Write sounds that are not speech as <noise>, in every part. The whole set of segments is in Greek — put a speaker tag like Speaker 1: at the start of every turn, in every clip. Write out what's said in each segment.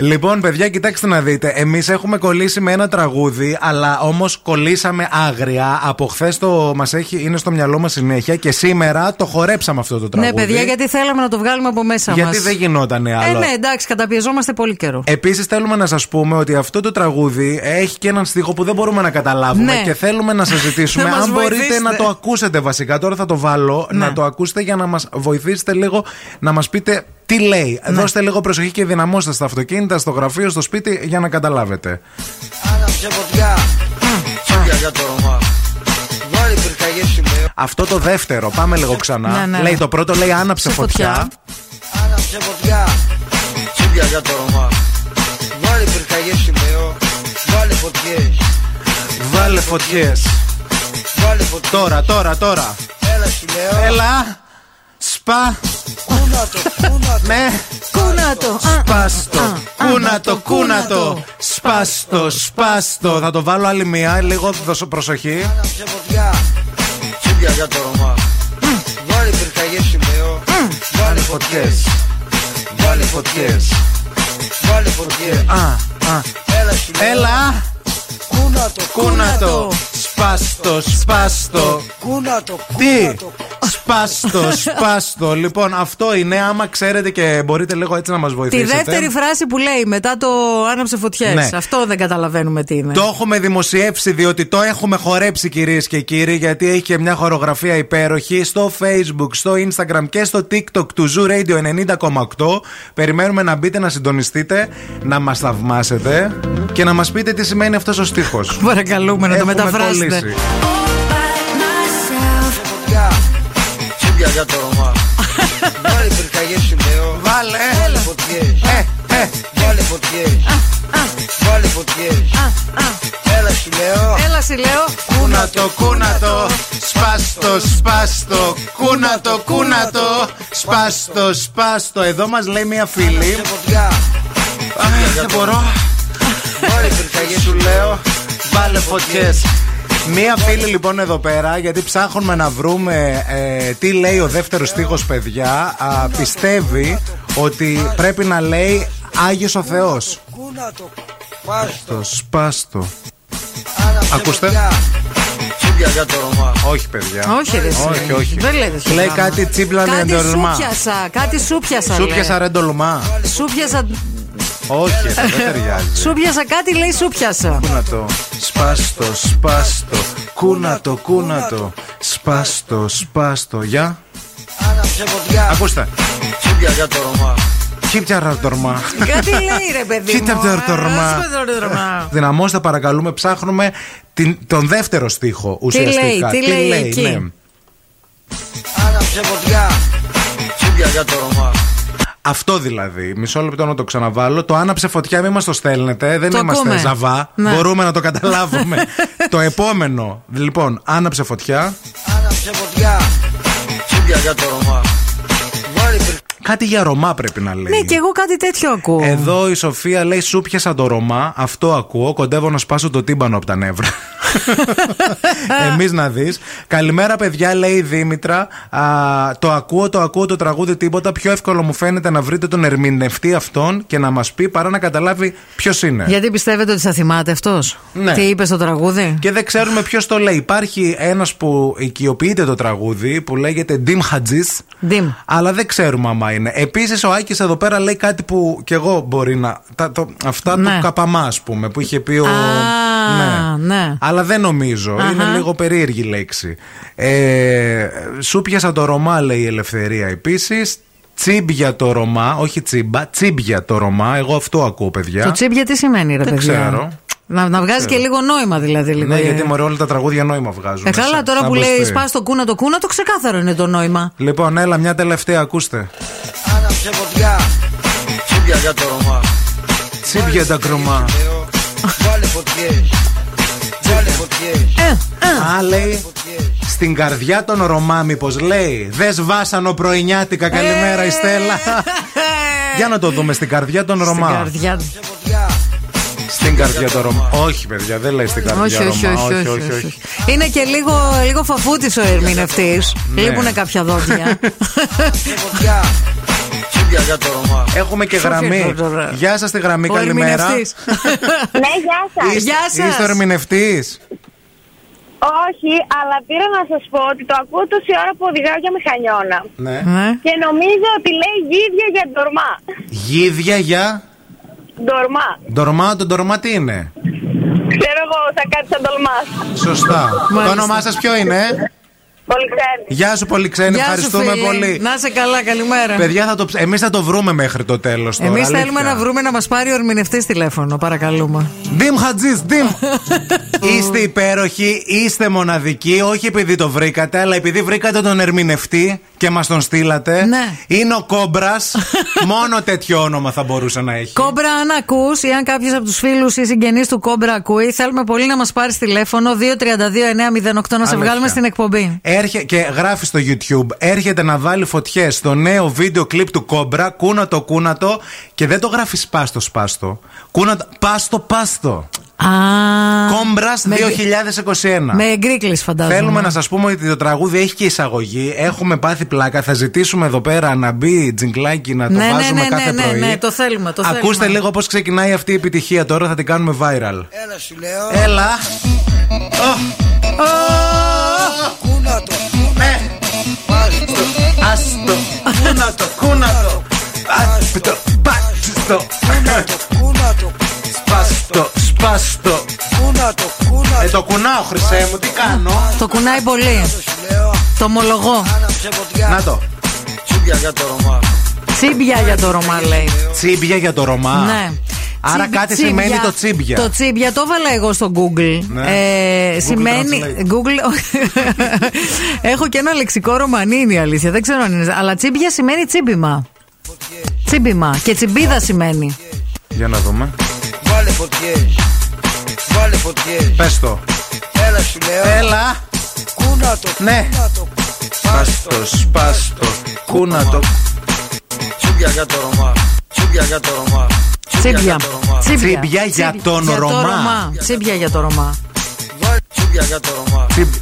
Speaker 1: Λοιπόν, παιδιά, κοιτάξτε να δείτε. Εμείς έχουμε κολλήσει με ένα τραγούδι, αλλά όμως κολλήσαμε άγρια. Από χθες το μας έχει, είναι στο μυαλό μας συνέχεια και σήμερα το χορέψαμε αυτό το τραγούδι.
Speaker 2: Ναι, παιδιά, γιατί θέλαμε να το βγάλουμε από μέσα μα.
Speaker 1: Γιατί δεν γινόταν άλλο.
Speaker 2: Ε, ναι, εντάξει, καταπιεζόμαστε πολύ καιρό.
Speaker 1: Επίσης, θέλουμε να σας πούμε ότι αυτό το τραγούδι έχει και έναν στίχο που δεν μπορούμε να καταλάβουμε
Speaker 2: Ναι.
Speaker 1: και θέλουμε να σας ζητήσουμε,
Speaker 2: Να μας
Speaker 1: αν μπορείτε,
Speaker 2: βοηθήσετε. Ναι.
Speaker 1: να το ακούσετε βασικά. Τώρα θα το βάλω, να το ακούσετε για να μας βοηθήσετε λίγο να μας πείτε τι λέει.
Speaker 2: Ναι.
Speaker 1: Δώστε λίγο προσοχή και δυναμώστε στα αυτοκίνητα, στο γραφείο, στο σπίτι για να καταλάβετε.
Speaker 3: Άναψε φωτιά Τσίπια για το Ρωμά Βάλει πυρκαγιές σου με
Speaker 1: Αυτό το δεύτερο, πάμε λίγο ξανά.
Speaker 2: Ναι, ναι.
Speaker 1: Λέει το πρώτο, λέει άναψε
Speaker 2: Σε φωτιά.
Speaker 1: φωτιά.
Speaker 3: Άναψε φωτιά Τσίπια για το Ρωμά Βάλει πυρκαγιές σου με Βάλει φωτιές
Speaker 1: Βάλε φωτιές.
Speaker 3: Βάλει φωτιές
Speaker 1: Τώρα, τώρα, τώρα.
Speaker 3: Έλα σου λέω
Speaker 1: Έλα. Σπα.
Speaker 3: Κούνα το, κούνα το
Speaker 1: Ναι.
Speaker 2: Κούνα το! Α,
Speaker 1: Σπάστο, κούνατο, κούνατο,
Speaker 2: κούνατο.
Speaker 1: σπάστο, σπάστο. Θα το βάλω άλλη μία, λίγο δώσω προσοχή.
Speaker 3: Άναψε φωτιά Τσίπια για το Ρωμά Βάλει πυρκαγιές σου με Βάλει φωτιές Βάλει φωτιές Βάλει φωτιές
Speaker 1: Α, α,
Speaker 3: Έλα σου λέω
Speaker 1: έλα,
Speaker 3: Κούνα το,
Speaker 1: κούνατο, σπάστο, σπάστο.
Speaker 3: κούνα το, κούνα
Speaker 1: Τι,
Speaker 3: το
Speaker 1: σπάστο, σπάστο. Λοιπόν, αυτό είναι, άμα ξέρετε και μπορείτε λίγο έτσι να μας
Speaker 2: Τη
Speaker 1: βοηθήσετε.
Speaker 2: δεύτερη φράση που λέει μετά το άναψε φωτιές.
Speaker 1: Ναι.
Speaker 2: Αυτό δεν καταλαβαίνουμε τι είναι.
Speaker 1: Το έχουμε δημοσιεύσει διότι το έχουμε χορέψει κυρίες και κύριοι γιατί έχει και μια χορογραφία υπέροχη στο facebook, στο instagram και στο tiktok του Zoo Radio 90,8 Περιμένουμε να μπείτε να συντονιστείτε, να μας θαυμάσετε και να μας πείτε τι σημαίνει αυτός ο στίχος
Speaker 2: Παρακαλούμε να το
Speaker 1: Έχουμε
Speaker 2: μεταφράσετε.
Speaker 1: κολλήσει.
Speaker 3: Γεια. Τσίπια για το Ρωμά. Βάλε πυρκαγιές σου λέω.
Speaker 1: Βάλε,
Speaker 3: Βάλε φωτιές.
Speaker 1: ε, ε,
Speaker 3: Βάλε φωτιές. Βάλε φωτιές. Έλα σου λέω.
Speaker 2: Έλα, σε λέω.
Speaker 1: κούνατο, κούνατο, σπάστο, σπάστο, κούνατο, κούνατο, σπάστο, σπάστο Εδώ μας λέει μια φίλη,
Speaker 3: Σε φωτιά.
Speaker 1: Α, δεν μπορώ
Speaker 3: Βάλε πυρκαγιές σου λέω.
Speaker 1: Βάλε φωτιές. Μία φίλη λοιπόν εδώ πέρα, γιατί ψάχνουμε να βρούμε ε, τι λέει ο δεύτερος στίχος παιδιά, α, πιστεύει ότι πρέπει να λέει Άγιος ο Θεός.
Speaker 3: Κούνα το. Πάστο.
Speaker 1: Το σπάστο.
Speaker 3: Άναψε
Speaker 1: Ακούστε.
Speaker 3: φωτιά. Τσίπια για το Ρωμά.
Speaker 1: Όχι, παιδιά.
Speaker 2: Όχι, ρε, εσύ.
Speaker 1: όχι, όχι.
Speaker 2: Δεν λέει τέτοια
Speaker 1: Λέει
Speaker 2: πράγματα.
Speaker 1: κάτι τσίμπλανε
Speaker 2: Κάτι σου
Speaker 1: εντολμά.
Speaker 2: πιάσα. Κάτι σου πιάσα.
Speaker 1: Σου
Speaker 2: λέει.
Speaker 1: πιασα ρεντολμά.
Speaker 2: Σου πιάσα-
Speaker 1: Όχι, ρε, δεν ταιριάζει.
Speaker 2: Σου πιάσα κάτι, λέει σου
Speaker 1: <laughs>
Speaker 2: πιάσα.
Speaker 1: Κούνατο, σπάστο, σπάστο. Κούνατο, κούνατο. Σπάστο, σπάστο. Για.
Speaker 3: Άναψε φωτιά.
Speaker 1: Ακούστε.
Speaker 3: Τσίπια για το Ρωμά.
Speaker 1: Κύπτια ρεντολμά.
Speaker 2: Κάτι λέει ρε παιδί μου.
Speaker 1: Κοίτα το
Speaker 2: ε,
Speaker 1: ρτορμά.
Speaker 2: ας πούμε το ρτορμά.
Speaker 1: Δυναμώστε παρακαλούμε, ψάχνουμε την, τον δεύτερο στίχο ουσιαστικά. ναι.
Speaker 2: λέει, τι λέει εκεί?
Speaker 3: Άναψε φωτιά. Τσίπια για το Ρωμά.
Speaker 1: Αυτό δηλαδή, μισό λεπτό να το ξαναβάλω. Το άναψε φωτιά, μην μας το στέλνετε. Δεν
Speaker 2: Το
Speaker 1: είμαστε
Speaker 2: ακούμε.
Speaker 1: ζαβά.
Speaker 2: Ναι.
Speaker 1: Μπορούμε να το καταλάβουμε.
Speaker 2: <laughs>
Speaker 1: το επόμενο, λοιπόν, άναψε φωτιά.
Speaker 3: Άναψε φωτιά. Τσίπια για το Ρωμά. Βάλε πυρκαγιές.
Speaker 1: Κάτι για Ρωμά πρέπει να λέει.
Speaker 2: Ναι, και εγώ κάτι τέτοιο ακούω.
Speaker 1: Εδώ η Σοφία λέει: Σου πιασα το Ρωμά. Αυτό ακούω. Κοντεύω να σπάσω το τύμπανο από τα νεύρα. Εμείς να δεις. Καλημέρα, παιδιά, λέει η Δήμητρα. Α, το ακούω, το ακούω το τραγούδι τίποτα. Πιο εύκολο μου φαίνεται να βρείτε τον ερμηνευτή αυτόν και να μας πει παρά να καταλάβει ποιος είναι.
Speaker 2: Γιατί πιστεύετε ότι θα θυμάται αυτός.
Speaker 1: Ναι.
Speaker 2: Τι είπε στο τραγούδι.
Speaker 1: Και δεν ξέρουμε ποιος το λέει. Υπάρχει ένας που οικειοποιείται το τραγούδι που λέγεται Dim Hadjis.
Speaker 2: Ντιμ.
Speaker 1: Αλλά δεν ξέρουμε άμα είναι. Επίσης, ο Άκης εδώ πέρα λέει κάτι που κι εγώ μπορεί να. Τα, το, αυτά
Speaker 2: Ναι.
Speaker 1: του Καπαμά, ας πούμε, που είχε πει ο.
Speaker 2: Α, ναι.
Speaker 1: Αλλά δεν νομίζω.
Speaker 2: Αχα.
Speaker 1: Είναι λίγο περίεργη λέξη. Ε, σου πιασα το Ρωμά, λέει η Ελευθερία επίσης. Τσίμπια το Ρωμά, όχι τσίμπα, τσίμπια το Ρωμά. Εγώ αυτό ακούω, παιδιά.
Speaker 2: Το τσίπ γιατί σημαίνει, ρε
Speaker 1: Δεν
Speaker 2: παιδιά.
Speaker 1: ξέρω.
Speaker 2: Να, να βγάζει και λίγο νόημα δηλαδή. Λίγο.
Speaker 1: ναι,
Speaker 2: ε.
Speaker 1: γιατί μωρέ όλα τα τραγούδια νόημα βγάζουν.
Speaker 2: Ε, καλά,
Speaker 1: Σαν-
Speaker 2: τώρα
Speaker 1: σαν
Speaker 2: που λέει
Speaker 1: μπροστή.
Speaker 2: σπάς το κούνα το κούνα, το ξεκάθαρο είναι το νόημα.
Speaker 1: Λοιπόν, έλα, μια τελευταία, ακούστε.
Speaker 3: Άναψε φωτιά Τσίπια για το Ρωμά
Speaker 1: Τσίπια τα κρωμά.
Speaker 3: ε, Βάλε φωτιές Βάλε φωτιές
Speaker 2: Ε, ε.
Speaker 1: Α, λέει. Στην καρδιά των Ρωμά, μήπως λέει. Δες βάσανο πρωινιάτικα, καλημέρα
Speaker 2: Ε,
Speaker 1: η Στέλλα. Για να το δούμε στην καρδιά των Ρωμά.
Speaker 2: Στην καρδιά.
Speaker 3: Φωτιά
Speaker 1: Στην καρδιά των Ρωμά. Όχι, παιδιά, δεν λέει στην καρδιά
Speaker 2: Όχι
Speaker 1: Ρωμά.
Speaker 2: όχι όχι, όχι, όχι, Είναι και λίγο, λίγο φαφούτη ο ερμηνευτή. Λείπουνε κάποια δόντια.
Speaker 3: Φωτιά Τσίπια Τσίπια για το Ρωμά.
Speaker 1: Έχουμε και
Speaker 2: Σοφία
Speaker 1: γραμμή.
Speaker 2: Τζορτζοβρά.
Speaker 1: Γεια σας τη γραμμή,
Speaker 2: Ο
Speaker 1: καλημέρα.
Speaker 2: ερμηνευτής.
Speaker 4: Ναι, γεια
Speaker 1: <laughs>
Speaker 4: σας.
Speaker 1: Είστε-
Speaker 2: Γεια σας.
Speaker 1: Είστε ερμηνευτής.
Speaker 4: Όχι, αλλά πήρα να σας πω ότι το ακούω τόση ώρα που οδηγάω για μηχανιώνα.
Speaker 1: Ναι.
Speaker 2: Ναι.
Speaker 4: Και νομίζω ότι λέει γίδια για ντορμά.
Speaker 1: Γίδια για.
Speaker 4: Ντορμά.
Speaker 1: Ντορμά, το ντορμά τι είναι.
Speaker 4: Ξέρω εγώ, θα κάτι σαν τολμά.
Speaker 1: Σωστά. Το
Speaker 2: Μάλιστα.
Speaker 1: όνομά σας ποιο είναι. ε?
Speaker 4: Πολύ ξέρει.
Speaker 1: Γεια σου, πολύ ξένη.
Speaker 2: Γεια σου,
Speaker 1: Ευχαριστούμε
Speaker 2: φίλη.
Speaker 1: πολύ.
Speaker 2: Να σε καλά, καλημέρα.
Speaker 1: Παιδιά, θα το... εμείς θα το βρούμε μέχρι το τέλος.
Speaker 2: Εμείς θέλουμε να βρούμε να μας πάρει ο ερμηνευτής τηλέφωνο,
Speaker 1: <laughs>
Speaker 2: παρακαλούμε.
Speaker 1: Ντιμ Χατζή, Ντιμ. είστε υπέροχοι, είστε μοναδικοί, όχι επειδή το βρήκατε, αλλά επειδή βρήκατε τον ερμηνευτή και μας τον στείλατε.
Speaker 2: Ναι.
Speaker 1: Είναι ο Κόμπρας.
Speaker 2: <laughs>
Speaker 1: Μόνο τέτοιο όνομα θα μπορούσε να έχει.
Speaker 2: Κόμπρα, αν ακούς ή αν κάποιος από τους φίλους ή συγγενείς του Κόμπρα ακούει, θέλουμε πολύ να μας πάρεις τηλέφωνο 232-908 να σε
Speaker 1: Αλήθεια.
Speaker 2: βγάλουμε στην εκπομπή.
Speaker 1: Έρχε, και γράφει στο YouTube, έρχεται να βάλει φωτιές στο νέο βίντεο κλιπ του Κόμπρα, κούνατο, κούνατο, και δεν το γράφεις σπάστο, σπάστο. Κούνατο, πάστο, πάστο.
Speaker 2: Α,
Speaker 1: Κόμπρα
Speaker 2: με-
Speaker 1: 2021.
Speaker 2: Με εγκρίκλεις, φαντάζομαι.
Speaker 1: Θέλουμε να σας πούμε ότι το τραγούδι έχει και εισαγωγή. Έχουμε πάθει πλάκα. Θα ζητήσουμε εδώ πέρα να μπει τζιγκλάκι να το
Speaker 2: Ναι, ναι,
Speaker 1: βάζουμε
Speaker 2: ναι,
Speaker 1: κάθε
Speaker 2: ναι, ναι,
Speaker 1: πρωί.
Speaker 2: ναι, το θέλουμε, το
Speaker 1: Ακούστε
Speaker 2: θέλουμε.
Speaker 1: λίγο πώς ξεκινάει αυτή η επιτυχία τώρα. Θα την κάνουμε viral.
Speaker 3: Έλα σου λέω.
Speaker 1: Έλα. Ω. Ω.
Speaker 3: Κούνα το.
Speaker 1: Ναι,
Speaker 3: Βάζ το.
Speaker 1: άστο. Κούνατο, κούνατο. Άστο. Πάτσιστο.
Speaker 3: Κούνα το. Κούνα το.
Speaker 1: Σπάστο, σπάστο.
Speaker 3: Κούνα το. Κούνα
Speaker 1: Ε,
Speaker 3: το.
Speaker 1: το κουνάω, χρυσέ μου, τι κάνω.
Speaker 2: Το κουνάει πολύ.
Speaker 3: Το σου λέω.
Speaker 2: Το ομολογώ.
Speaker 3: Άναψε φωτιά.
Speaker 1: Να το.
Speaker 3: Τσίπια για το Ρωμά.
Speaker 2: Τσίμπια για το Ρωμά, λέει.
Speaker 1: Τσίμπια για το Ρωμά.
Speaker 2: Ναι.
Speaker 1: Άρα
Speaker 2: Τσίμπι-
Speaker 1: κάτι σημαίνει το τσίμπια.
Speaker 2: Το τσίμπια το έβαλα εγώ στο Google.
Speaker 1: Ναι.
Speaker 2: Ε,
Speaker 1: Google
Speaker 2: σημαίνει.
Speaker 1: Translate.
Speaker 2: Google. <laughs> Έχω και ένα λεξικό ρωμανί είναι η αλήθεια. Δεν ξέρω αν είναι. Αλλά τσίμπια σημαίνει τσίμπημα. Τσίμπημα. Και τσιμπίδα σημαίνει.
Speaker 1: Για να δούμε.
Speaker 3: Βάλε φωτιές. Βάλε φωτιές.
Speaker 1: Πες το.
Speaker 3: Έλα σου λέω.
Speaker 1: Έλα.
Speaker 3: Κούνα το.
Speaker 1: Ναι.
Speaker 3: Κούνα το.
Speaker 1: Σπάστο, σπάστο, κούνατο.
Speaker 3: Τσίπια για το Ρωμά. Τσίπια για το Ρωμά.
Speaker 2: Τσίμπια.
Speaker 3: για το Ρωμά.
Speaker 1: Τσίμπια για τον Ρωμά.
Speaker 2: Τσίμπια για τον Ρωμά.
Speaker 3: Βάλε τσίπια για το Ρωμά.
Speaker 1: Τσίμπια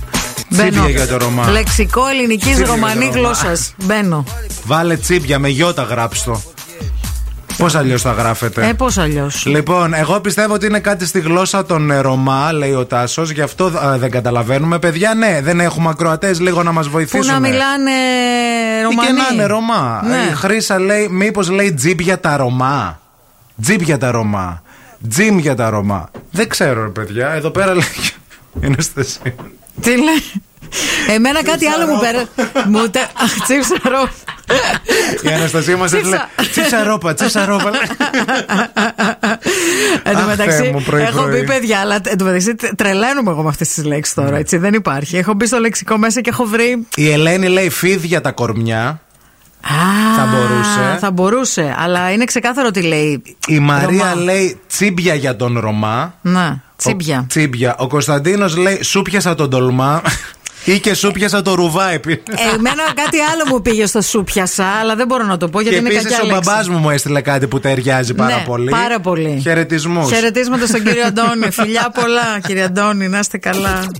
Speaker 2: Μπαίνω.
Speaker 1: για το Ρωμά.
Speaker 2: Λεξικό ελληνικής
Speaker 1: Τσίμπια
Speaker 2: ρωμανή
Speaker 1: για το Ρωμά.
Speaker 2: γλώσσας. Μπαίνω.
Speaker 1: Βάλε τσίμπια με γιώτα γράψτο. Πώς αλλιώς θα
Speaker 2: Ε,
Speaker 1: γράφετε.
Speaker 2: πώς αλλιώς.
Speaker 1: Λοιπόν, εγώ πιστεύω ότι είναι κάτι στη γλώσσα των ε, Ρωμά, λέει ο Τάσος, γι' αυτό ε, δεν καταλαβαίνουμε. Παιδιά, ναι, δεν έχουμε ακροατές, λίγο να μας
Speaker 2: Πού
Speaker 1: βοηθήσουν.
Speaker 2: να μιλάνε
Speaker 1: Τι
Speaker 2: Ρωμανοί.
Speaker 1: και να είναι Ρωμά.
Speaker 2: Ναι.
Speaker 1: Η Χρήσα λέει, μήπως λέει τζιπ για τα Ρωμά. Τζιπ για τα Ρωμά. Τζιμ για τα Ρωμά. Δεν ξέρω, ρε παιδιά. Εδώ πέρα λέει. <laughs> Είναι στεσί.
Speaker 2: Τι λέει. Εμένα κάτι άλλο μου πέρασε. Μου τα. Αχ, τσίψα ρο.
Speaker 1: Η Αναστασία μας
Speaker 2: Τσίψα.
Speaker 1: έστειλε. Τσίψα ρόπα, τσίψα ρόπα.
Speaker 2: Εν τω
Speaker 1: Αχ, Θεέ
Speaker 2: μεταξύ,
Speaker 1: μου, πρωί,
Speaker 2: έχω
Speaker 1: πρωί. Ναι.
Speaker 2: πει παιδιά, αλλά εν τω μεταξύ τε- τρελαίνομαι εγώ με αυτές τις λέξεις τώρα. Έτσι, δεν υπάρχει. Έχω μπει στο λεξικό μέσα και έχω βρει.
Speaker 1: Η Ελένη λέει φίδια τα κορμιά.
Speaker 2: Α,
Speaker 1: Θα μπορούσε.
Speaker 2: Θα μπορούσε, αλλά είναι ξεκάθαρο τι λέει.
Speaker 1: Η Μαρία
Speaker 2: Ρωμά. Ναι,
Speaker 1: λέει τσίμπια για τον Ρωμά.
Speaker 2: Να, τσίμπια.
Speaker 1: Ο, τσίμπια. Ο Κωνσταντίνος λέει σου πιάσα τον τολμά. ή και σου πιάσα το Ε, ρουβάι. πει.
Speaker 2: Εμένα κάτι άλλο μου πήγε στο σου πιασα, αλλά δεν μπορώ να το
Speaker 1: Και
Speaker 2: πω γιατί είναι
Speaker 1: επίσης
Speaker 2: κακιά
Speaker 1: ο
Speaker 2: λέξη.
Speaker 1: μπαμπάς μου μου έστειλε κάτι που ταιριάζει πάρα
Speaker 2: ναι,
Speaker 1: πολύ.
Speaker 2: Πάρα πολύ.
Speaker 1: Χαιρετισμούς.
Speaker 2: Χαιρετίσματα στον κύριο Αντώνη. Φιλιά πολλά, κύριε Αντώνη, να είστε καλά.